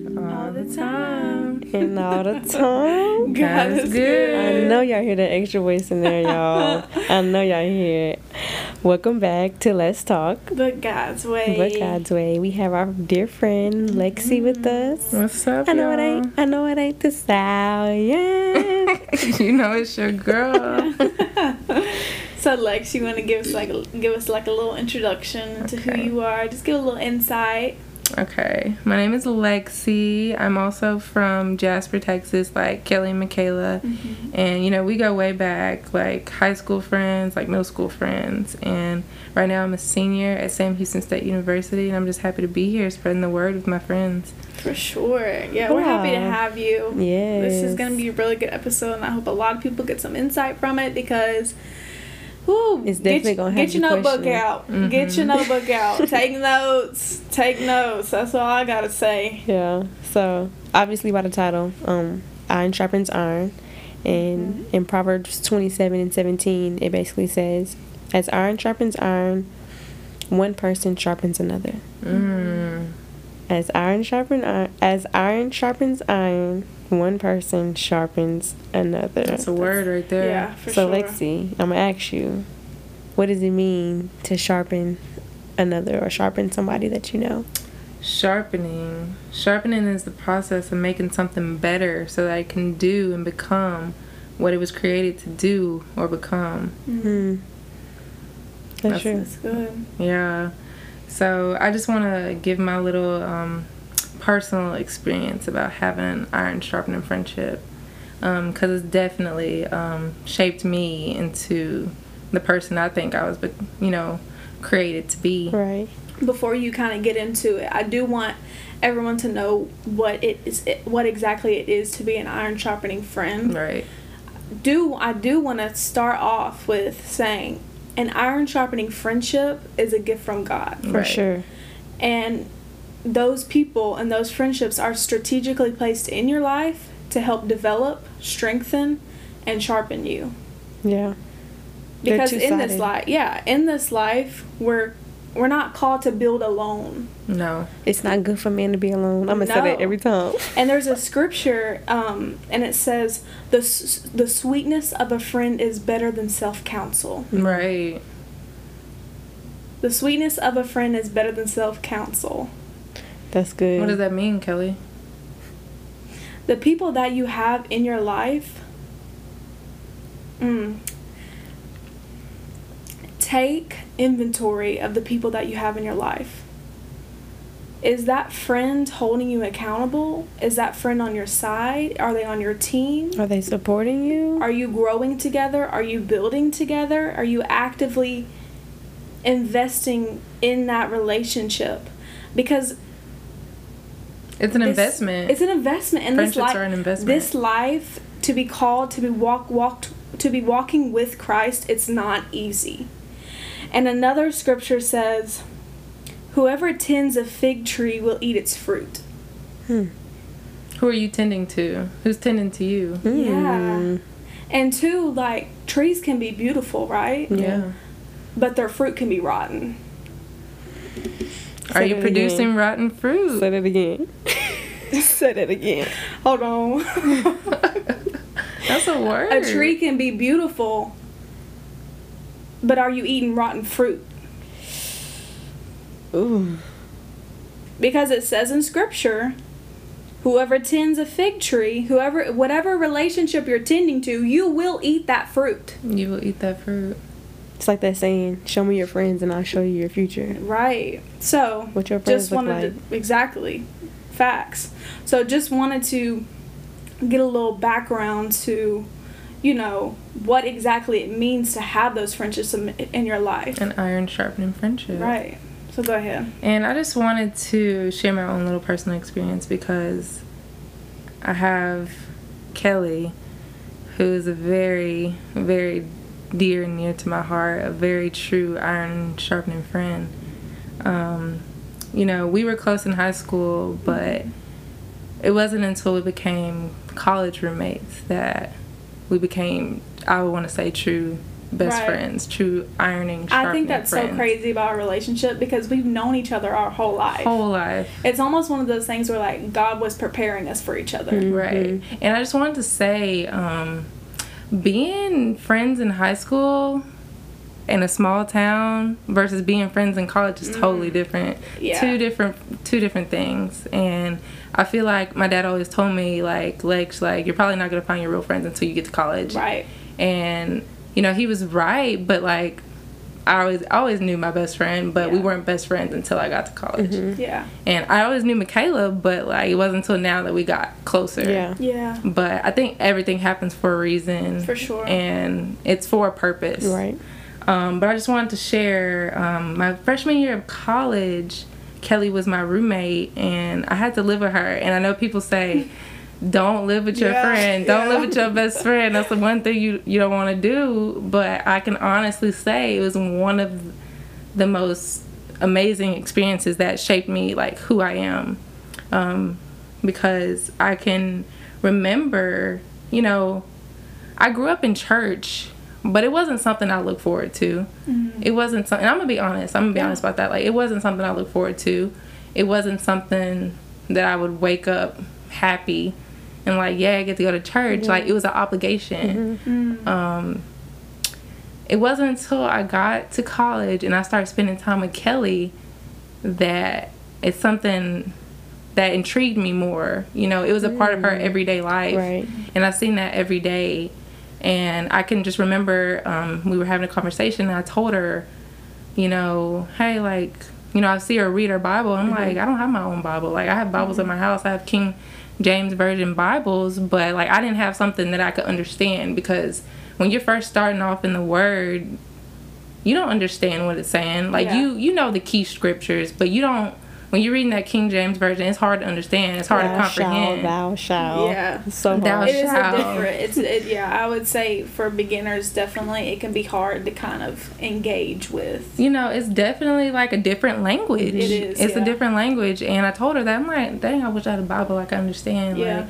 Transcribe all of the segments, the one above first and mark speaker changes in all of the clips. Speaker 1: the time.
Speaker 2: And all the time.
Speaker 1: God is good.
Speaker 2: I know y'all hear that extra voice in there, y'all. I know y'all hear it. Welcome back to Let's Talk.
Speaker 3: But God's way.
Speaker 2: But God's way, we have our dear friend Lexi with
Speaker 3: Mm-hmm.
Speaker 2: us.
Speaker 1: What's up?
Speaker 2: I know
Speaker 1: y'all?
Speaker 2: it ain't. I know it ain't the style. Yeah.
Speaker 1: you know it's your girl.
Speaker 3: So Lex, you want to give us like a- give us like a little introduction to who
Speaker 1: Okay.
Speaker 3: you are? Just give a little insight.
Speaker 1: okay. My name is Lexi. I'm also from Jasper, Texas, like Kelly and Michaela. And you know, we go way back, like high school friends, like middle school friends. And right now I'm a senior at Sam Houston State University and I'm just happy to be here spreading the word with my friends.
Speaker 3: For sure. Yeah, we're happy to
Speaker 2: Wow.
Speaker 3: have you.
Speaker 2: yeah.
Speaker 3: This is gonna be a really good episode, and I hope a lot of people get some insight from it because. Whew,
Speaker 2: It's
Speaker 3: get
Speaker 2: definitely
Speaker 3: your-
Speaker 2: gonna have
Speaker 3: get your
Speaker 2: you Mm-hmm.
Speaker 3: notebook
Speaker 2: questioning.
Speaker 3: out. Get your
Speaker 1: Mhm.
Speaker 3: notebook out. Take notes. Take notes. That's all I gotta say.
Speaker 2: Yeah. So obviously by the title, um, iron sharpens iron, and
Speaker 1: Mm-hmm.
Speaker 2: in Proverbs twenty-seven and seventeen, it basically says, "As iron sharpens iron, one person sharpens another. Mm-hmm.
Speaker 1: Mm.
Speaker 2: As iron sharpens iron, as iron sharpens iron, one person sharpens another."
Speaker 1: That's a word right there.
Speaker 3: Yeah, for
Speaker 2: so
Speaker 3: sure.
Speaker 2: Lexi, I'm gonna ask you, what does it mean to sharpen another or sharpen somebody that you know?
Speaker 1: Sharpening. Sharpening is the process of making something better so that it can do and become what it was created to do or become.
Speaker 2: Hmm. That's
Speaker 1: That's-
Speaker 2: true.
Speaker 3: That's good.
Speaker 1: Yeah. So I just want to give my little um, personal experience about having an iron sharpening friendship because it's definitely um, shaped me into the person I think I was, be- you know, created to be.
Speaker 2: Right.
Speaker 3: before you kind of get into it, I do want everyone to know what it is, what exactly it is to be an iron sharpening friend.
Speaker 1: Right.
Speaker 3: Do I do want to start off with saying an iron sharpening friendship is a gift from God,
Speaker 2: For
Speaker 1: Right.
Speaker 2: sure.
Speaker 3: and those people and those friendships are strategically placed in your life to help develop, strengthen, and sharpen you
Speaker 2: Yeah. They're
Speaker 3: because in this
Speaker 2: two-sided.
Speaker 3: life yeah in this life we're we're not called to build alone
Speaker 1: No.
Speaker 2: It's not good for man to be alone. I'm gonna say that
Speaker 3: No.
Speaker 2: every time.
Speaker 3: And there's a scripture, um, and it says, the, s- the sweetness of a friend is better than self counsel.
Speaker 2: Mm-hmm.
Speaker 1: Right.
Speaker 3: The sweetness of a friend is better than self counsel.
Speaker 2: That's good.
Speaker 1: What does that mean, Kelly?
Speaker 3: The people that you have in your life, mm, take inventory of the people that you have in your life. Is that friend holding you accountable? Is that friend on your side? Are they on your team?
Speaker 2: Are they supporting you?
Speaker 3: Are you growing together? Are you building together? Are you actively investing in that relationship? Because
Speaker 1: It's an
Speaker 3: this-
Speaker 1: investment.
Speaker 3: It's an investment, and this
Speaker 1: Friendships
Speaker 3: life,
Speaker 1: are an investment.
Speaker 3: this life to be called to be walk walked to be walking with Christ. It's not easy. And another scripture says, "Whoever tends a fig tree will eat its fruit."
Speaker 1: Who are you tending to? Who's tending to you?
Speaker 3: Yeah. And two, like trees can be beautiful, right?
Speaker 2: Yeah.
Speaker 3: But their fruit can be rotten.
Speaker 1: Are
Speaker 2: Say
Speaker 1: you
Speaker 2: that
Speaker 1: producing
Speaker 2: again.
Speaker 1: rotten fruit?
Speaker 2: Say that again. Say that again.
Speaker 3: Hold on.
Speaker 1: That's a word.
Speaker 3: a tree can be beautiful, but are you eating rotten fruit?
Speaker 2: Ooh.
Speaker 3: Because it says in scripture, whoever tends a fig tree, whoever whatever relationship you're tending to, you will eat that fruit.
Speaker 1: You will eat that fruit.
Speaker 2: It's like that saying, "Show me your friends, and I'll show you your future."
Speaker 3: Right. So
Speaker 2: What your friends
Speaker 3: just
Speaker 2: look
Speaker 3: wanted to, exactly facts. So just wanted to get a little background to, you know, what exactly it means to have those friendships in, in your life.
Speaker 1: An iron sharpening friendship.
Speaker 3: Right. So go ahead.
Speaker 1: And I just wanted to share my own little personal experience because I have Kelly, who is a very, very dear and near to my heart, a very true iron sharpening friend. Um, you know, we were close in high school, but it wasn't until we became college roommates that we became, I would want to say, true best
Speaker 3: Right.
Speaker 1: friends, true ironing.
Speaker 3: I
Speaker 1: sharpening
Speaker 3: think that's so
Speaker 1: friends.
Speaker 3: crazy about our relationship because we've known each other our whole life.
Speaker 1: Whole life.
Speaker 3: It's almost one of those things where like God was preparing us for each other.
Speaker 2: Mm-hmm.
Speaker 1: Right. Mm-hmm. And I just wanted to say, um, being friends in high school in a small town versus being friends in college is totally different.
Speaker 3: Mm. Yeah.
Speaker 1: Two different two different things. And I feel like my dad always told me like Lex, like you're probably not gonna find your real friends until you get to college.
Speaker 3: Right.
Speaker 1: And you know, he was right, but like I always I always knew my best friend, but we
Speaker 3: Yeah. Mm-hmm.
Speaker 1: weren't best friends until I got to college.
Speaker 3: Yeah.
Speaker 1: And I always knew Michaela, but like it wasn't until now that we got closer.
Speaker 2: Yeah.
Speaker 3: Yeah.
Speaker 1: But I think everything happens for a reason.
Speaker 3: For sure.
Speaker 1: And it's for a purpose.
Speaker 2: Right.
Speaker 1: Um, but I just wanted to share um, my freshman year of college, Kelly was my roommate, and I had to live with her. And I know people say, don't live with your
Speaker 3: Yeah,
Speaker 1: friend, don't
Speaker 3: yeah.
Speaker 1: live with your best friend. That's the one thing you, you don't want to do. But I can honestly say it was one of the most amazing experiences that shaped me, like who I am. Um, because I can remember, you know, I grew up in church, but it wasn't something I look forward to. It wasn't something. I'm gonna be honest. I'm gonna be honest about that. Like it wasn't something I look forward to. It wasn't something that I would wake up happy and like, yeah, I get to go to church. Like it was an obligation. Um, it wasn't until I got to college and I started spending time with Kelly that it's something that intrigued me more. You know, it was a part of her everyday life
Speaker 2: Right.
Speaker 1: and I've seen that every day. And I can just remember um, we were having a conversation, and I told her, you know, hey, like, you know, I see her read her Bible. I'm like, I don't have my own Bible. Like, I have Bibles in my house. I have King James Version Bibles, but like, I didn't have something that I could understand because when you're first starting off in the Word, you don't understand what it's saying. Like
Speaker 3: Yeah.
Speaker 1: you you know the key scriptures, but you don't. When you're reading that King James version, it's hard to understand. It's hard to
Speaker 2: Thou shalt,
Speaker 1: comprehend.
Speaker 2: thou shalt.
Speaker 3: Yeah.
Speaker 2: So
Speaker 1: Thou
Speaker 2: hard.
Speaker 3: It is a
Speaker 1: Wow.
Speaker 3: different. It's it, yeah. I would say for beginners, definitely it can be hard to kind of engage with.
Speaker 1: you know, it's definitely like a different language.
Speaker 3: It is,
Speaker 1: It's
Speaker 3: yeah.
Speaker 1: a different language. And I told her that I'm like, dang, I wish I had a Bible I could understand.
Speaker 3: Yeah.
Speaker 1: Like,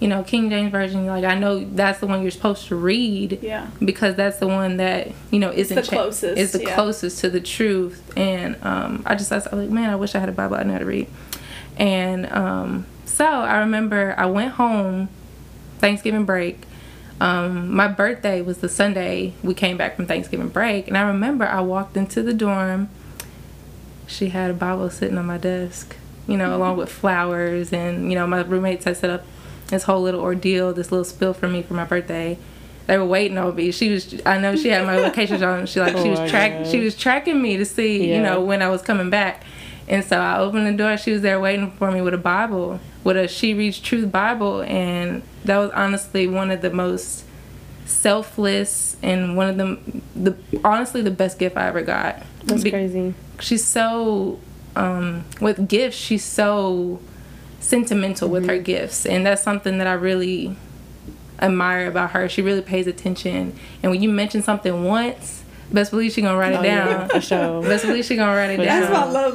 Speaker 1: you know, King James Version, like I know that's the one you're supposed to read
Speaker 3: Yeah.
Speaker 1: because that's the one that, you know, isn't
Speaker 3: the closest,
Speaker 1: It's the
Speaker 3: yeah.
Speaker 1: closest to the truth. And um I just I was like, man, I wish I had a Bible I knew how to read. And um so I remember I went home Thanksgiving break. Um, my birthday was the Sunday we came back from Thanksgiving break, and I remember I walked into the dorm. She had a Bible sitting on my desk, you know, along with flowers, and you know, my roommates had set up this whole little ordeal, this little spill for me for my birthday. They were waiting on me. She was, I know she had my locations on. She like she
Speaker 2: Oh my
Speaker 1: was track,
Speaker 2: gosh.
Speaker 1: she was tracking me to see,
Speaker 2: Yeah.
Speaker 1: you know, when I was coming back. And so I opened the door. She was there waiting for me with a Bible, with a She Reads Truth Bible. And that was honestly one of the most selfless and one of the, the honestly, the best gift I ever got.
Speaker 2: That's
Speaker 1: Be-
Speaker 2: crazy.
Speaker 1: She's so, um, with gifts, she's so sentimental with
Speaker 2: Mm-hmm.
Speaker 1: her gifts. And that's something that I really admire about her. She really pays attention. And when you mention something once, best believe she's going to write
Speaker 2: Oh,
Speaker 1: it
Speaker 2: yeah,
Speaker 1: down.
Speaker 2: for sure.
Speaker 1: Best believe she gonna write it
Speaker 2: For
Speaker 1: down.
Speaker 2: sure. That's my
Speaker 3: love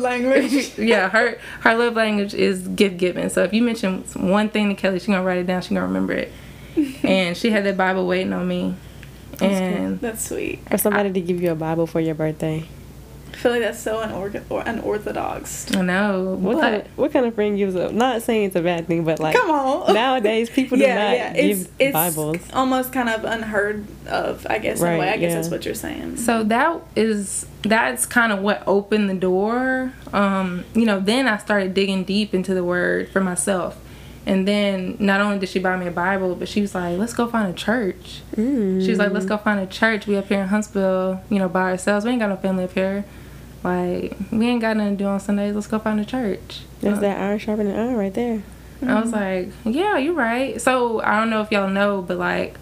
Speaker 3: language.
Speaker 1: yeah, her her love language is gift giving. So if you mention one thing to Kelly, she gonna write it down. She gonna remember it. And she had that Bible waiting on me, and
Speaker 3: That's sweet.
Speaker 2: For somebody to give you a Bible for your birthday.
Speaker 3: I feel like that's so unor- or unorthodox.
Speaker 1: I know
Speaker 2: What
Speaker 1: but-
Speaker 2: kind of, what kind of friend gives up? Not saying it's a bad thing, but like
Speaker 3: Come on.
Speaker 2: nowadays people do not give
Speaker 3: It's, it's
Speaker 2: Bibles.
Speaker 3: almost kind of unheard of, I guess, in a
Speaker 2: Right,
Speaker 3: way. I guess
Speaker 2: yeah.
Speaker 3: that's what you're saying.
Speaker 1: So that is that's kind of what opened the door. Um, you know, then I started digging deep into the word for myself. And then not only did she buy me a Bible, but she was like, "Let's go find a church." She was like, "Let's go find a church. We up here in Huntsville, you know, by ourselves. We ain't got no family up here. Like, we ain't got nothing to do on Sundays. Let's go find a church."
Speaker 2: That's
Speaker 3: Uh.
Speaker 2: that iron sharpening iron right there.
Speaker 1: I was like,
Speaker 3: Mm-hmm.
Speaker 1: yeah, you're right. So I don't know if y'all know, but like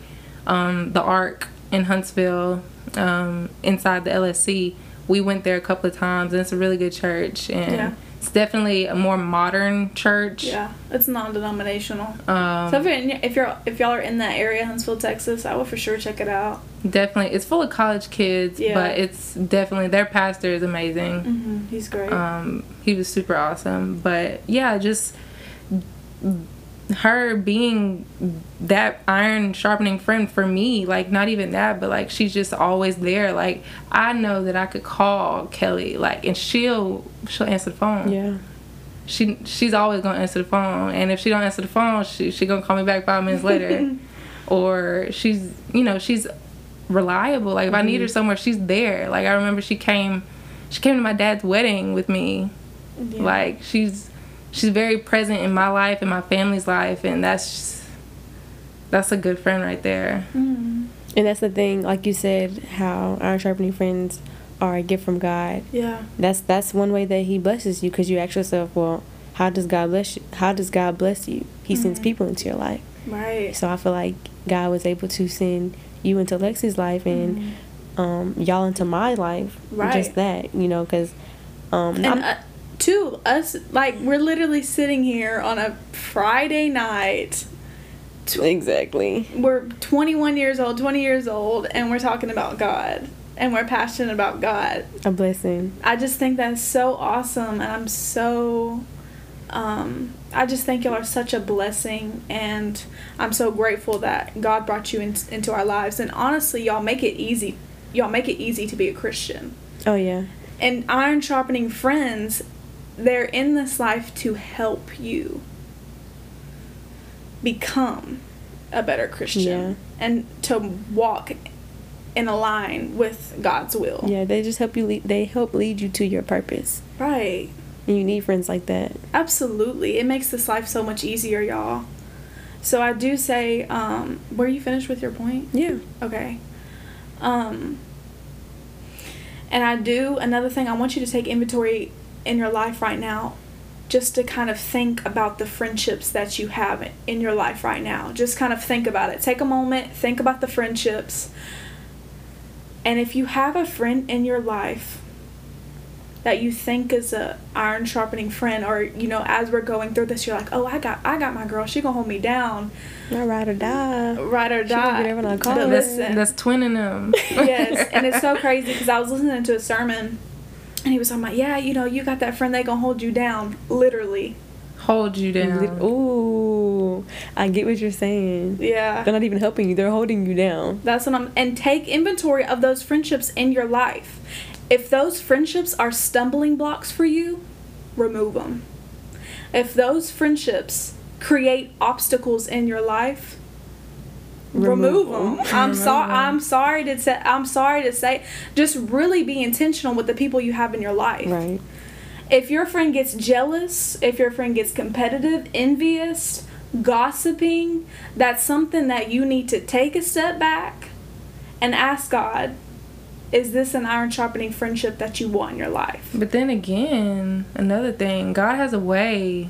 Speaker 1: um, the Ark in Huntsville, um, inside the LSC, we went there a couple of times, and it's a really good church, and
Speaker 3: Yeah.
Speaker 1: it's definitely a more modern church.
Speaker 3: yeah, it's non-denominational.
Speaker 1: Um,
Speaker 3: so if you're, in, if you're if y'all are in that area, Huntsville, Texas, I would for sure check it out.
Speaker 1: definitely, it's full of college kids,
Speaker 3: Yeah.
Speaker 1: but it's definitely their pastor is amazing.
Speaker 3: Mm-hmm. He's great.
Speaker 1: Um, he was super awesome. But yeah, just her being that iron sharpening friend for me like not even that but like she's just always there like i know that i could call kelly like and she'll she'll answer the
Speaker 3: Uh.
Speaker 1: phone
Speaker 2: Yeah.
Speaker 1: she she's always gonna answer the phone and if she don't answer the phone she she gonna call me back five minutes later or she's you know she's reliable like if i need her somewhere she's there like i remember she came she came to my dad's wedding with me
Speaker 3: Yeah.
Speaker 1: like she's she's very present in my life and my family's life and that's just, that's a good friend right there
Speaker 3: Mm.
Speaker 2: And that's the thing, like you said, how iron sharpening friends are a gift from God.
Speaker 3: Yeah.
Speaker 2: That's that's one way that He blesses you because you ask yourself, well, how does God bless you? How does God bless you? He sends
Speaker 3: Mm-hmm.
Speaker 2: people into your life.
Speaker 3: Right.
Speaker 2: So I feel like God was able to send you into Lexi's life and um, y'all into my life.
Speaker 3: Mm-hmm. Right.
Speaker 2: Just that, you know, because um,
Speaker 3: And
Speaker 2: I'm-
Speaker 3: uh, two us like we're literally sitting here on a Friday night.
Speaker 2: exactly.
Speaker 3: We're 21 years old, 20 years old, and we're talking about God, and we're passionate about God.
Speaker 2: A blessing.
Speaker 3: I just think that's so awesome, and I'm so. Um, I just think y'all are such a blessing, and I'm so grateful that God brought you in, into our lives. And honestly, y'all make it easy. Y'all make it easy to be a Christian.
Speaker 2: Oh yeah.
Speaker 3: And iron sharpening friends, they're in this life to help you become a better Christian
Speaker 2: Yeah.
Speaker 3: and to walk in a line with God's will.
Speaker 2: Yeah, they just help you. Lead, they help lead you to your purpose,
Speaker 3: Right.
Speaker 2: and you need friends like that.
Speaker 3: Absolutely. It makes this life so much easier, y'all. So I do say, um, were you finished with your point?
Speaker 2: Yeah.
Speaker 3: Okay. Um, and I do another thing. I want you to take inventory in your life right now, just to kind of think about the friendships that you have in your life right now. Just kind of think about it. Take a moment, think about the friendships. And if you have a friend in your life that you think is a iron sharpening friend, or you know, as we're going through this, you're like, oh, I got, I got my girl. She gonna hold me down,
Speaker 2: I ride or die.
Speaker 3: ride or
Speaker 2: She gonna
Speaker 3: die.
Speaker 2: get everyone I call
Speaker 3: But
Speaker 2: her.
Speaker 1: that's
Speaker 3: listen,
Speaker 1: that's twinning them
Speaker 3: yes, and it's so crazy because I was listening to a sermon, and he was talking about, yeah, you know, you got that friend they gonna hold you down, literally.
Speaker 1: hold you down
Speaker 2: Ooh, I get what you're saying. They're
Speaker 3: Yeah,
Speaker 2: not even helping you. They're holding you down.
Speaker 3: that's what I'm. And take inventory of those friendships in your life. If those friendships are stumbling blocks for you, remove them. If those friendships create obstacles in your life, remove,
Speaker 2: Remove
Speaker 3: them. I'm sorry. I'm sorry to say. I'm sorry to say. Just really be intentional with the people you have in your life.
Speaker 2: Right.
Speaker 3: if your friend gets jealous, if your friend gets competitive, envious, gossiping, that's something that you need to take a step back and ask God, is this an iron sharpening friendship that you want in your life?
Speaker 1: But then again, another thing, God has a way.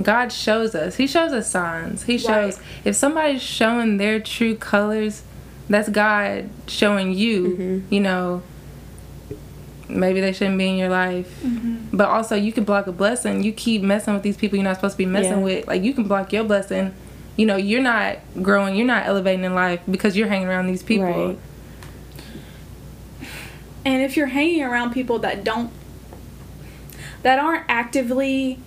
Speaker 1: God shows us. He shows us signs. He shows
Speaker 3: Right.
Speaker 1: if somebody's showing their true colors, that's God showing you,
Speaker 2: Mm-hmm.
Speaker 1: you know, maybe they shouldn't be in your life.
Speaker 2: Mm-hmm.
Speaker 1: But also, you can block a blessing. You keep messing with these people you're not supposed to be messing
Speaker 2: Yeah.
Speaker 1: with. Like, you can block your blessing. You know, you're not growing, you're not elevating in life because you're hanging around these people.
Speaker 2: Right.
Speaker 3: And if you're hanging around people that don't, that aren't actively,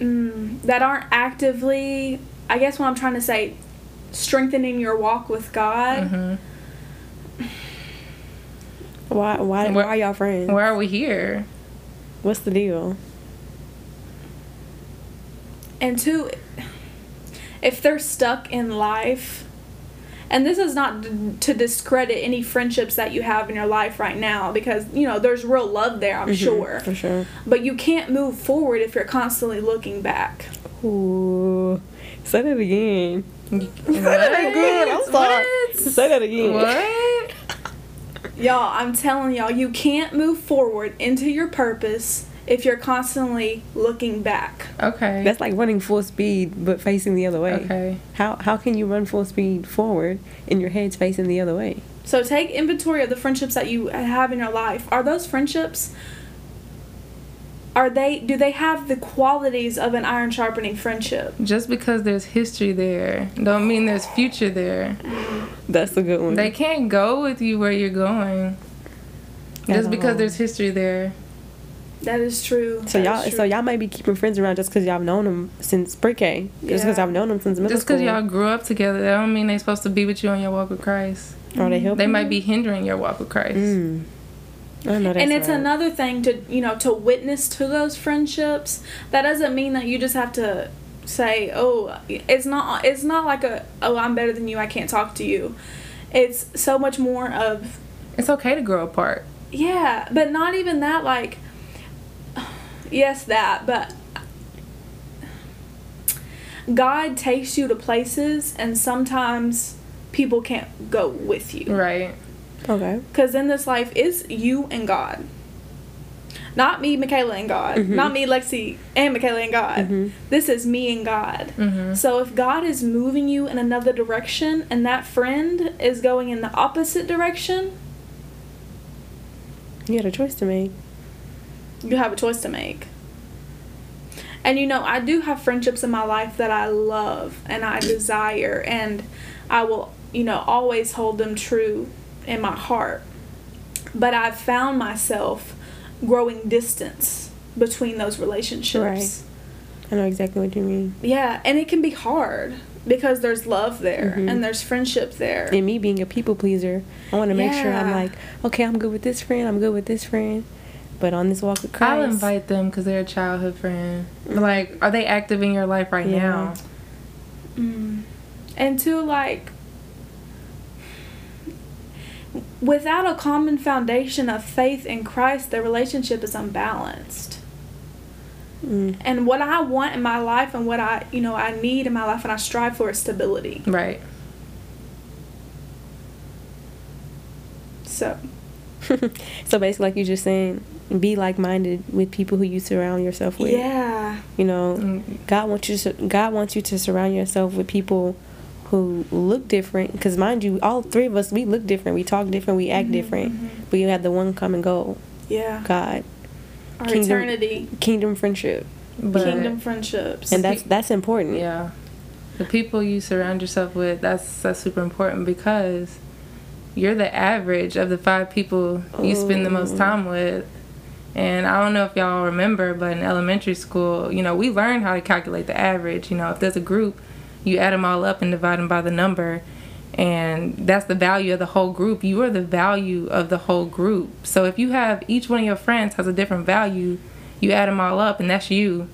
Speaker 3: mm, that aren't actively, I guess what I'm trying to say, strengthening your walk with God.
Speaker 2: Why? Why? Why
Speaker 1: Where-
Speaker 2: are y'all friends?
Speaker 1: Why are we here?
Speaker 2: What's the deal?
Speaker 3: and two if they're stuck in life and this is not d- to discredit any friendships that you have in your life right now because you know there's real love there i'm sure
Speaker 2: For sure.
Speaker 3: but you can't move forward if you're constantly looking back
Speaker 2: Ooh. Say that again.
Speaker 1: What? What?
Speaker 2: Say that again.
Speaker 1: What?
Speaker 3: y'all i'm telling y'all you can't move forward into your purpose if you're constantly looking back
Speaker 1: Okay.
Speaker 2: That's like running full speed but facing the other way.
Speaker 1: Okay.
Speaker 2: How how can you run full speed forward and your head's facing the other way?
Speaker 3: So take inventory of the friendships that you have in your life. Are those friendships are they do they have the qualities of an iron sharpening friendship?
Speaker 1: Just because there's history there, don't mean there's future there.
Speaker 2: That's a good one.
Speaker 1: They can't go with you where you're going.
Speaker 2: At
Speaker 1: Just because
Speaker 2: all.
Speaker 1: there's history there.
Speaker 3: That is true.
Speaker 2: So
Speaker 3: That
Speaker 2: y'all,
Speaker 3: is
Speaker 2: so
Speaker 3: true.
Speaker 2: y'all might be keeping friends around just because y'all known them since pre-K. Just because
Speaker 3: Yeah.
Speaker 2: I've known them since middle
Speaker 1: Just
Speaker 2: school.
Speaker 1: because y'all grew up together, that don't mean they're supposed to be with you on your walk with Christ.
Speaker 2: Are they helping?
Speaker 1: They might be hindering your walk with Christ.
Speaker 2: Mm. I know that's
Speaker 3: and it's
Speaker 2: right.
Speaker 3: another thing to you know to witness to those friendships that doesn't mean that you just have to say oh it's not it's not like a oh i'm better than you i can't talk to you it's so much more of
Speaker 1: It's okay to grow apart.
Speaker 3: yeah but not even that like yes that but god takes you to places and sometimes people can't go with you
Speaker 1: Right.
Speaker 2: Okay.
Speaker 3: Because in this life, it's you and God. Not me, Michaela, and God. Not me, Lexi, and Michaela, and God.
Speaker 2: Mm-hmm.
Speaker 3: This is me and God.
Speaker 1: Mm-hmm.
Speaker 3: So if God is moving you in another direction and that friend is going in the opposite direction,
Speaker 2: You had a choice to make.
Speaker 3: you have a choice to make. And you know, I do have friendships in my life that I love and I desire, and I will, you know, always hold them true in my heart. But I've found myself growing distance between those relationships.
Speaker 2: I know exactly what you mean.
Speaker 3: Yeah, and it can be hard because there's love there
Speaker 2: Mhm.
Speaker 3: and there's friendship there.
Speaker 2: And me being a people pleaser, I want to make sure I'm
Speaker 3: Yeah.
Speaker 2: like, okay, I'm good with this friend. I'm good with this friend. But on this walk with Christ,
Speaker 1: I'll invite them because they're a childhood friend. Like, are they active in your life right
Speaker 2: Yeah.
Speaker 1: now?
Speaker 3: Mm. And to like, without a common foundation of faith in Christ, the relationship is unbalanced.
Speaker 2: Mm,
Speaker 3: And what I want in my life and what I, you know, I need in my life and I strive for is stability.
Speaker 1: Right.
Speaker 3: So,
Speaker 2: so basically, like you just saying, be like-minded with people who you surround yourself with.
Speaker 3: yeah.
Speaker 2: You know,
Speaker 1: Mm,
Speaker 2: God wants you. To, God wants you to surround yourself with people who look different. Because mind you, all three of us, we look different. We talk different. We
Speaker 3: Mm-hmm.
Speaker 2: act different. But you have the one common goal:
Speaker 3: Yeah.
Speaker 2: God,
Speaker 3: Our
Speaker 2: Kingdom-
Speaker 3: eternity,
Speaker 2: kingdom friendship,
Speaker 1: But,
Speaker 3: kingdom friendships.
Speaker 2: and that's that's important.
Speaker 1: Yeah. The people you surround yourself with, that's that's super important because you're the average of the five people you spend the most time with. And I don't know if y'all remember, but in elementary school, you know, we learned how to calculate the average. You know, if there's a group, you add them all up and divide them by the number. And that's the value of the whole group. You are the value of the whole group. So if you have each one of your friends has a different value, you add them all up, and that's you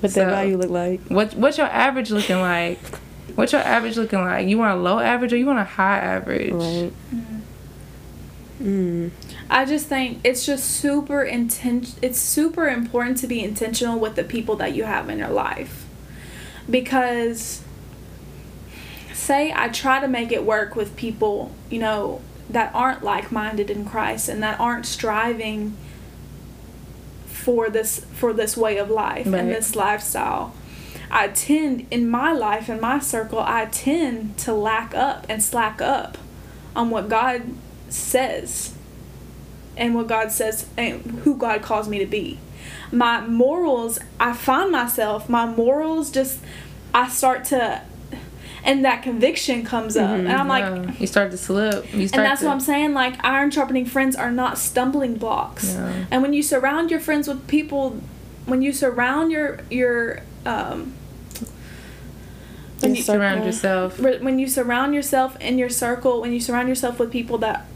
Speaker 2: What that
Speaker 1: So-
Speaker 2: value look like?
Speaker 1: what what's your average looking like? What's your average looking like? You want a low average or you want a high average?
Speaker 2: Right. Mm.
Speaker 3: I just think it's just super inten- it's super important to be intentional with the people that you have in your life. Because say I try to make it work with people, you know, that aren't like-minded in Christ and that aren't striving for this for this way of life
Speaker 1: Right.
Speaker 3: and this lifestyle. I tend in my life in my circle, I tend to lack up and slack up on what God says and what God says and who God calls me to be. My morals, I find myself, my morals just, I start to, and that conviction comes up.
Speaker 2: Mm-hmm.
Speaker 3: And I'm like,
Speaker 1: Yeah. you start to slip. You start
Speaker 3: and that's
Speaker 1: to,
Speaker 3: what I'm saying. Like, iron sharpening friends are not stumbling blocks.
Speaker 1: Yeah.
Speaker 3: And when you surround your friends with people, when you surround your, your, um, when you,
Speaker 2: Yes, sir.
Speaker 1: surround
Speaker 2: circle.
Speaker 1: yourself.
Speaker 3: re- when you surround yourself in your circle, when you surround yourself with people that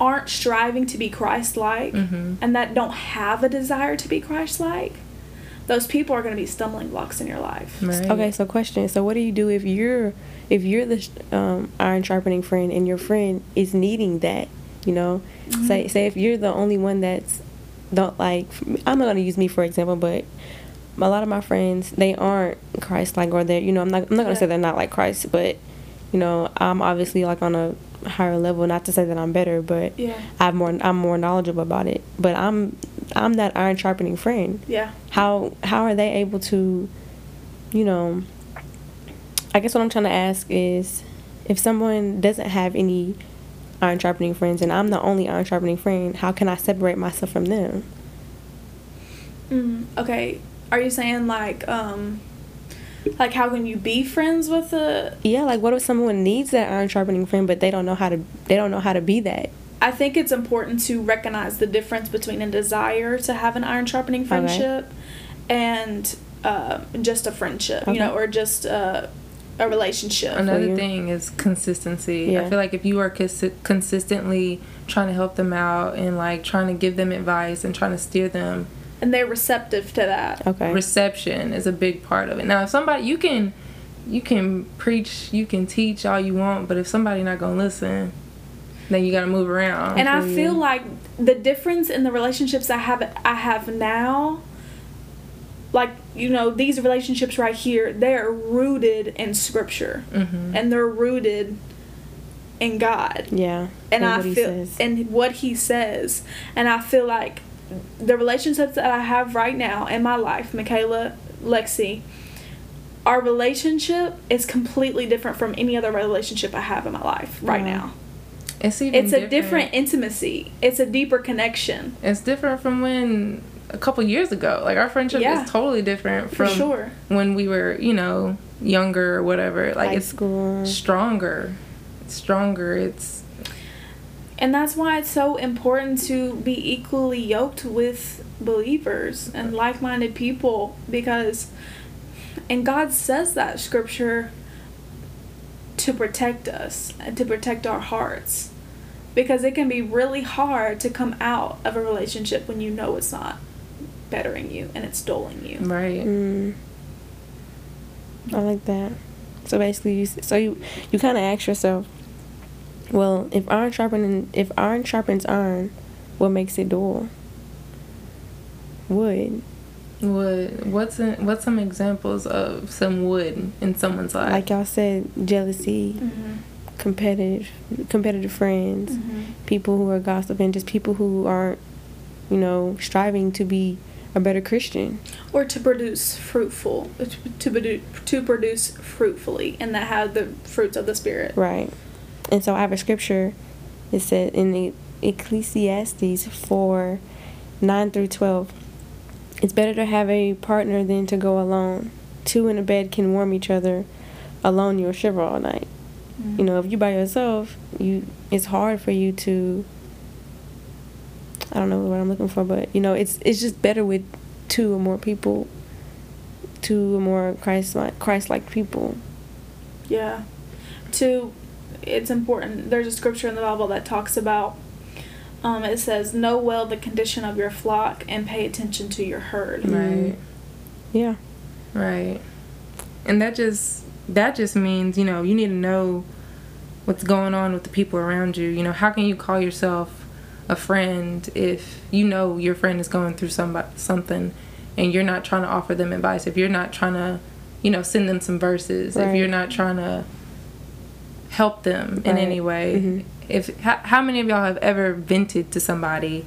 Speaker 3: aren't striving to be Christ like
Speaker 1: Mhm.
Speaker 3: and that don't have a desire to be Christ like, those people are going to be stumbling blocks in your life.
Speaker 1: Right.
Speaker 2: Okay, so question. So what do you do if you're if you're the um, iron sharpening friend and your friend is needing that? You know,
Speaker 1: Mm-hmm.
Speaker 2: say say if you're the only one that's don't like. I'm not gonna use me for example, but a lot of my friends they aren't Christ like or they're you know I'm not I'm not gonna say
Speaker 3: Yeah.
Speaker 2: they're not like Christ, but you know I'm obviously like on a higher level. Not to say that I'm better, but
Speaker 3: Yeah.
Speaker 2: I've more I'm more knowledgeable about it. But I'm I'm that iron sharpening friend
Speaker 3: Yeah.
Speaker 2: how how are they able to you know i guess what i'm trying to ask is if someone doesn't have any iron sharpening friends and i'm the only iron sharpening friend how can i separate myself from them
Speaker 3: Mm, okay. Are you saying like, um, like how can you be friends with a?
Speaker 2: yeah like what if someone needs that iron sharpening friend but they don't know how to they don't know how to be that
Speaker 3: I think it's important to recognize the difference between a desire to have an iron sharpening friendship and uh, just a friendship,
Speaker 2: Okay.
Speaker 3: you know, or just uh, a relationship.
Speaker 2: you.
Speaker 1: Another thing is consistency.
Speaker 2: Yeah.
Speaker 1: I feel like if you are cons- consistently trying to help them out and like trying to give them advice and trying to steer them,
Speaker 3: And they're receptive to that.
Speaker 2: Okay.
Speaker 1: reception is a big part of it. Now, if somebody you can you can preach, you can teach all you want, but if somebody not going to listen, then you got to move around.
Speaker 3: and I
Speaker 2: feel you.
Speaker 3: feel like the difference in the relationships I have I have now like you know these relationships right here they're rooted in scripture
Speaker 2: Mm-hmm.
Speaker 1: Mhm.
Speaker 3: and they're rooted in God
Speaker 2: Yeah. that's
Speaker 3: and I
Speaker 2: what he
Speaker 3: feel
Speaker 2: says.
Speaker 3: and what he says, and I feel like the relationships that I have right now in my life, Michaela, Lexi, our relationship is completely different from any other relationship I have in my life right
Speaker 2: Yeah.
Speaker 3: now.
Speaker 1: it's even
Speaker 3: It's a different intimacy. It's a deeper connection
Speaker 1: It's different from when a couple years ago. Like our friendship
Speaker 3: Yeah.
Speaker 1: is totally different
Speaker 3: for
Speaker 1: from
Speaker 3: sure.
Speaker 1: when we were, you know, younger or whatever. Like
Speaker 2: High
Speaker 1: it's
Speaker 2: school.
Speaker 1: stronger. It's stronger. It's
Speaker 3: And that's why it's so important to be equally yoked with believers and like minded people because, and God says that scripture to protect us and to protect our hearts because it can be really hard to come out of a relationship when you know it's not bettering you and it's doling you.
Speaker 1: right.
Speaker 2: Mm. I like that. So basically, you s- so you you kind of ask yourself, well, if iron sharpens if iron sharpens iron, what makes it dull? Wood,
Speaker 1: Wood. What's in, what's some examples of some wood in someone's life?
Speaker 2: like y'all said, jealousy,
Speaker 3: Mm-hmm.
Speaker 2: competitive, competitive friends, people who are gossiping, just people who aren't, you know, striving to be a better Christian.
Speaker 3: Or to produce fruitful, to, produ- to produce fruitfully and that have the fruits of the Spirit.
Speaker 2: Right. And so I have a scripture. It said in the Ecclesiastes 4 9 through 12. It's better to have a partner than to go alone. Two in a bed can warm each other. Alone, you'll shiver all night. You know, if you by yourself, you it's hard for you to. I don't know what I'm looking for, but you know, it's it's just better with two or more people, two or more Christ Christ like people.
Speaker 3: Yeah. To, it's important. There's a scripture in the Bible that talks about. Um, it says, "Know well the condition of your flock and pay attention to your herd."
Speaker 1: right.
Speaker 2: Yeah.
Speaker 1: Right. And that just that just means, you know, you need to know what's going on with the people around you. You know, how can you call yourself a friend if you know your friend is going through some something and you're not trying to offer them advice, if you're not trying to, you know, send them some verses, if
Speaker 2: Right.
Speaker 1: you're not trying to help them in any
Speaker 2: Right.
Speaker 1: way.
Speaker 2: Mhm.
Speaker 1: If how, how many of y'all have ever vented to somebody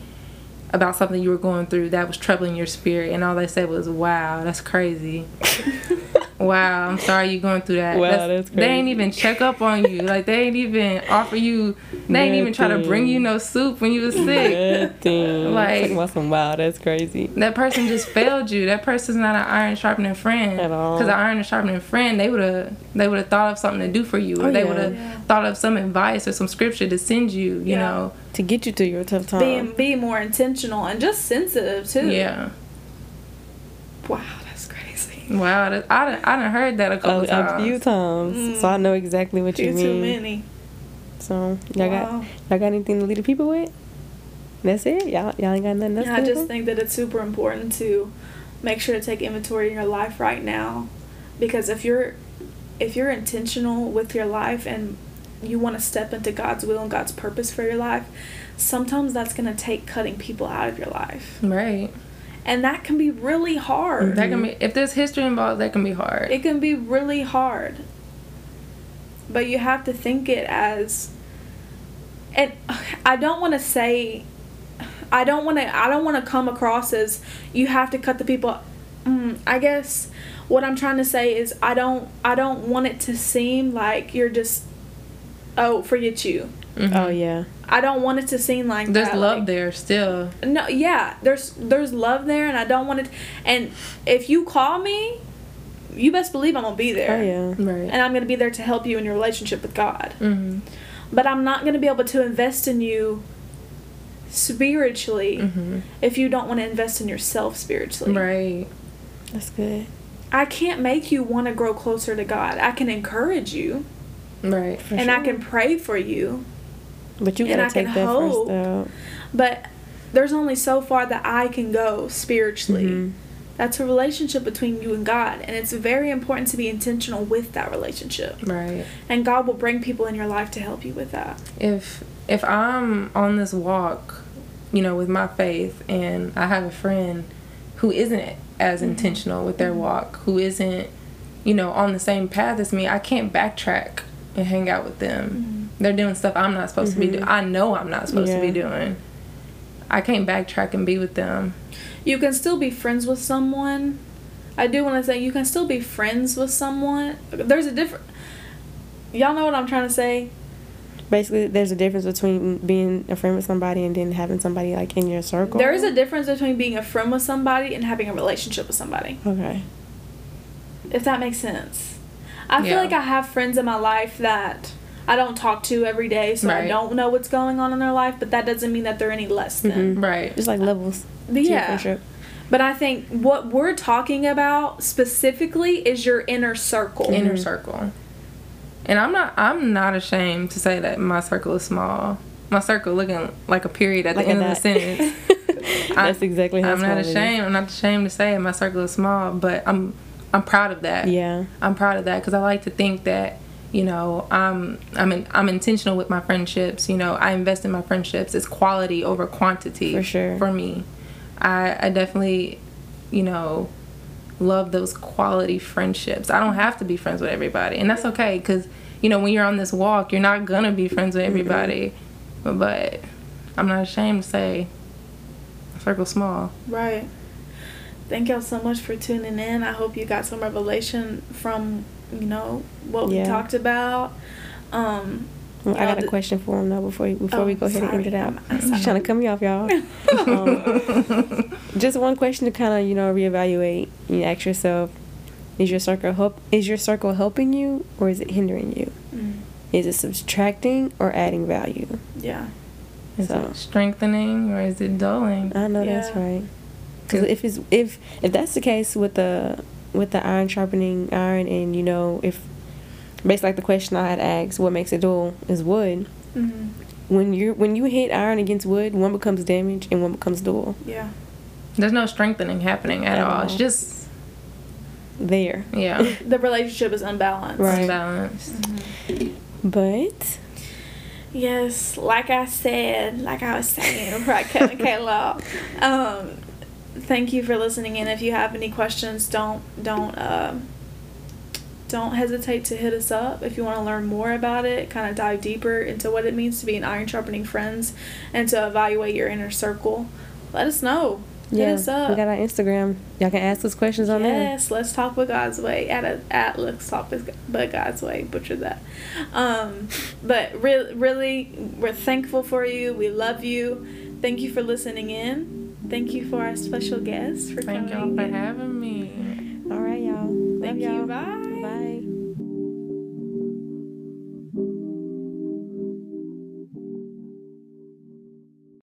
Speaker 1: about something you were going through that was troubling your spirit and all they said was, "Wow, that's crazy." wow, I'm sorry you're going through that.
Speaker 2: Wow, that's
Speaker 1: They ain't
Speaker 2: crazy.
Speaker 1: even check up on you. Like they ain't even offer you. They ain't even try to bring you no soup when you was sick.
Speaker 2: Nothing.
Speaker 1: Like-
Speaker 2: talking about some wow, that's crazy.
Speaker 1: That person just failed you. That person's not an iron sharpening friend.
Speaker 2: At all.
Speaker 1: Because an iron sharpening friend, they would have they would have thought of something to do for you, or
Speaker 2: Oh,
Speaker 1: they
Speaker 2: yeah.
Speaker 1: would have
Speaker 3: Yeah.
Speaker 1: thought of some advice or some scripture to send you. You
Speaker 3: Yeah.
Speaker 1: know.
Speaker 2: To get you through your tough time.
Speaker 3: Being be more intentional and just sensitive too.
Speaker 1: Yeah.
Speaker 3: Wow, that's crazy.
Speaker 1: Wow. That, I done, I done heard that a
Speaker 2: A,
Speaker 1: couple
Speaker 2: a
Speaker 1: times.
Speaker 2: few times,
Speaker 3: Mm.
Speaker 2: so I know exactly what you
Speaker 3: Too
Speaker 2: mean.
Speaker 3: too many.
Speaker 2: So y'all
Speaker 3: Wow.
Speaker 2: got y'all got anything to lead the people with? That's it. Y'all y'all ain't got nothing else.
Speaker 3: Yeah,
Speaker 2: to
Speaker 3: I
Speaker 2: leave
Speaker 3: just
Speaker 2: them?
Speaker 3: think that it's super important to make sure to take inventory in your life right now, because if you're if you're intentional with your life and you want to step into God's will and God's purpose for your life, sometimes that's going to take cutting people out of your life,
Speaker 1: Right.
Speaker 3: and that can be really hard.
Speaker 1: That can be if there's history involved. That can be hard.
Speaker 3: It can be really hard. But you have to think it as and I don't want to say I don't want to I don't want to come across as you have to cut the people mm, I guess what I'm trying to say is I don't I don't want it to seem like you're just oh forget you.
Speaker 2: Oh yeah.
Speaker 3: I don't want it to seem like
Speaker 1: Mm-hmm. There's
Speaker 3: that,
Speaker 1: love
Speaker 3: like-
Speaker 1: there still.
Speaker 3: no yeah there's there's love there and i don't want it and if you call me you best believe i'm gonna be there
Speaker 2: Oh yeah.
Speaker 1: Right.
Speaker 3: and i'm gonna be there to help you in your relationship with god
Speaker 1: Mm-hmm.
Speaker 3: but i'm not gonna be able to invest in you spiritually
Speaker 2: Mm.
Speaker 1: Mhm.
Speaker 3: if you don't want to invest in yourself spiritually.
Speaker 1: Right.
Speaker 2: That's good.
Speaker 3: I can't make you want to grow closer to God. I can encourage you
Speaker 1: Right.
Speaker 2: For
Speaker 3: and I
Speaker 2: sure.
Speaker 3: can pray for you,
Speaker 2: But you
Speaker 3: and I
Speaker 2: gotta
Speaker 3: can
Speaker 2: take that first
Speaker 3: hope
Speaker 2: though.
Speaker 3: but there's only so far that I can go spiritually.
Speaker 2: Mhm.
Speaker 1: Mm-hmm.
Speaker 3: That's a relationship between you and God, and it's very important to be intentional with that relationship.
Speaker 1: Right.
Speaker 3: And God will bring people in your life to help you with that.
Speaker 1: if if I'm on this walk, you know, with my faith and I have a friend who isn't as intentional with their walk, who isn't, you know, on the same path as me, I can't backtrack and hang out with
Speaker 3: Mm-hmm.
Speaker 2: Mm-hmm.
Speaker 1: them. They're doing stuff I'm not supposed to be doing. I know I'm not supposed to be
Speaker 2: Yeah.
Speaker 1: doing. I can't backtrack and be with them.
Speaker 3: You can still be friends with someone. I do want to say you can still be friends with someone. There's a different. Y'all know what I'm trying to say?
Speaker 2: Basically, there's a difference between being a friend with somebody and then having somebody like in your circle.
Speaker 3: There is a difference between being a friend with somebody and having a relationship with somebody.
Speaker 2: okay.
Speaker 3: if that makes sense. I feel
Speaker 1: Yeah.
Speaker 3: like I have friends in my life that I don't talk to every day, so I
Speaker 1: Right.
Speaker 3: don't know what's going on in their life, but that doesn't mean that they're any less than.
Speaker 1: Right.
Speaker 2: Just like levels.
Speaker 3: But
Speaker 2: To your
Speaker 3: yeah.
Speaker 2: friendship.
Speaker 3: But I think what we're talking about specifically is your inner circle.
Speaker 1: Inner circle. And I'm not I'm not ashamed to say that my circle is small. My circle looking like a period at
Speaker 2: Like
Speaker 1: the
Speaker 2: a
Speaker 1: end of the
Speaker 2: dot.
Speaker 1: sentence.
Speaker 2: That's
Speaker 1: I-
Speaker 2: exactly how
Speaker 1: I'm
Speaker 2: small
Speaker 1: not
Speaker 2: it is.
Speaker 1: ashamed. I'm not ashamed to say it. My circle is small, but I'm I'm proud of that.
Speaker 2: Yeah.
Speaker 1: I'm proud of that because I like to think that you know I'm I'm in, I'm intentional with my friendships. You know, I invest in my friendships. It's quality over quantity
Speaker 2: For sure.
Speaker 1: for me. I I definitely you know love those quality friendships. I don't have to be friends with everybody, and that's okay because you know when you're on this walk, you're not gonna be friends with
Speaker 2: Mm-hmm.
Speaker 1: everybody. But I'm not ashamed to say circle small.
Speaker 3: Right. Thank y'all so much for tuning in. I hope you got some revelation from, you know, what we
Speaker 2: Yeah.
Speaker 3: talked about. Um,
Speaker 2: Well, Mm, I
Speaker 3: Y'all
Speaker 2: got a
Speaker 3: d-
Speaker 2: question for him though before before
Speaker 3: Oh,
Speaker 2: we go ahead and end it
Speaker 3: sorry.
Speaker 2: out.
Speaker 3: I'm- I'm
Speaker 2: She's
Speaker 3: sorry.
Speaker 2: trying to come me off, y'all. Um, just one question to kind of you know reevaluate. You ask yourself: Is your circle help? Is your circle helping you or is it hindering you?
Speaker 3: mm,
Speaker 2: Is it subtracting or adding value?
Speaker 3: yeah.
Speaker 1: Is
Speaker 2: So-
Speaker 1: it strengthening or is it dulling?
Speaker 2: I know that's
Speaker 3: Yeah.
Speaker 2: right. 'Cause
Speaker 1: Yeah.
Speaker 2: if it's if if that's the case with the with the iron sharpening iron, and you know if basically like the question I had asked, what makes it dull is wood.
Speaker 3: Mm,
Speaker 2: When you when you hit iron against wood, one becomes damaged and one becomes dull.
Speaker 3: yeah.
Speaker 1: There's no strengthening happening at
Speaker 2: At
Speaker 1: all.
Speaker 2: all.
Speaker 1: It's just
Speaker 2: There.
Speaker 1: yeah,
Speaker 3: The relationship is unbalanced.
Speaker 2: Right.
Speaker 1: unbalanced.
Speaker 2: But
Speaker 3: Yes, like I said, like I was saying before I cut Kayla, off, um, thank you for listening. And if you have any questions, don't don't um don't hesitate to hit us up if you want to learn more about it. Kind of dive deeper into what it means to be an iron sharpening friends, and to evaluate your inner circle. Let us know.
Speaker 2: yeah,
Speaker 3: hit us up.
Speaker 2: we got our Instagram. Y'all can ask us questions on there.
Speaker 3: Yes, let's talk with God's way at a, at let's talk with but God's way butcher that. Um, but re- really, we're thankful for you. We love you. Thank you for listening in. Thank you for our special guest for
Speaker 1: Thank y'all
Speaker 3: coming.
Speaker 1: for having me.
Speaker 2: All right, y'all. Love
Speaker 3: Thank
Speaker 2: y'all.
Speaker 3: you. Bye.
Speaker 2: Bye.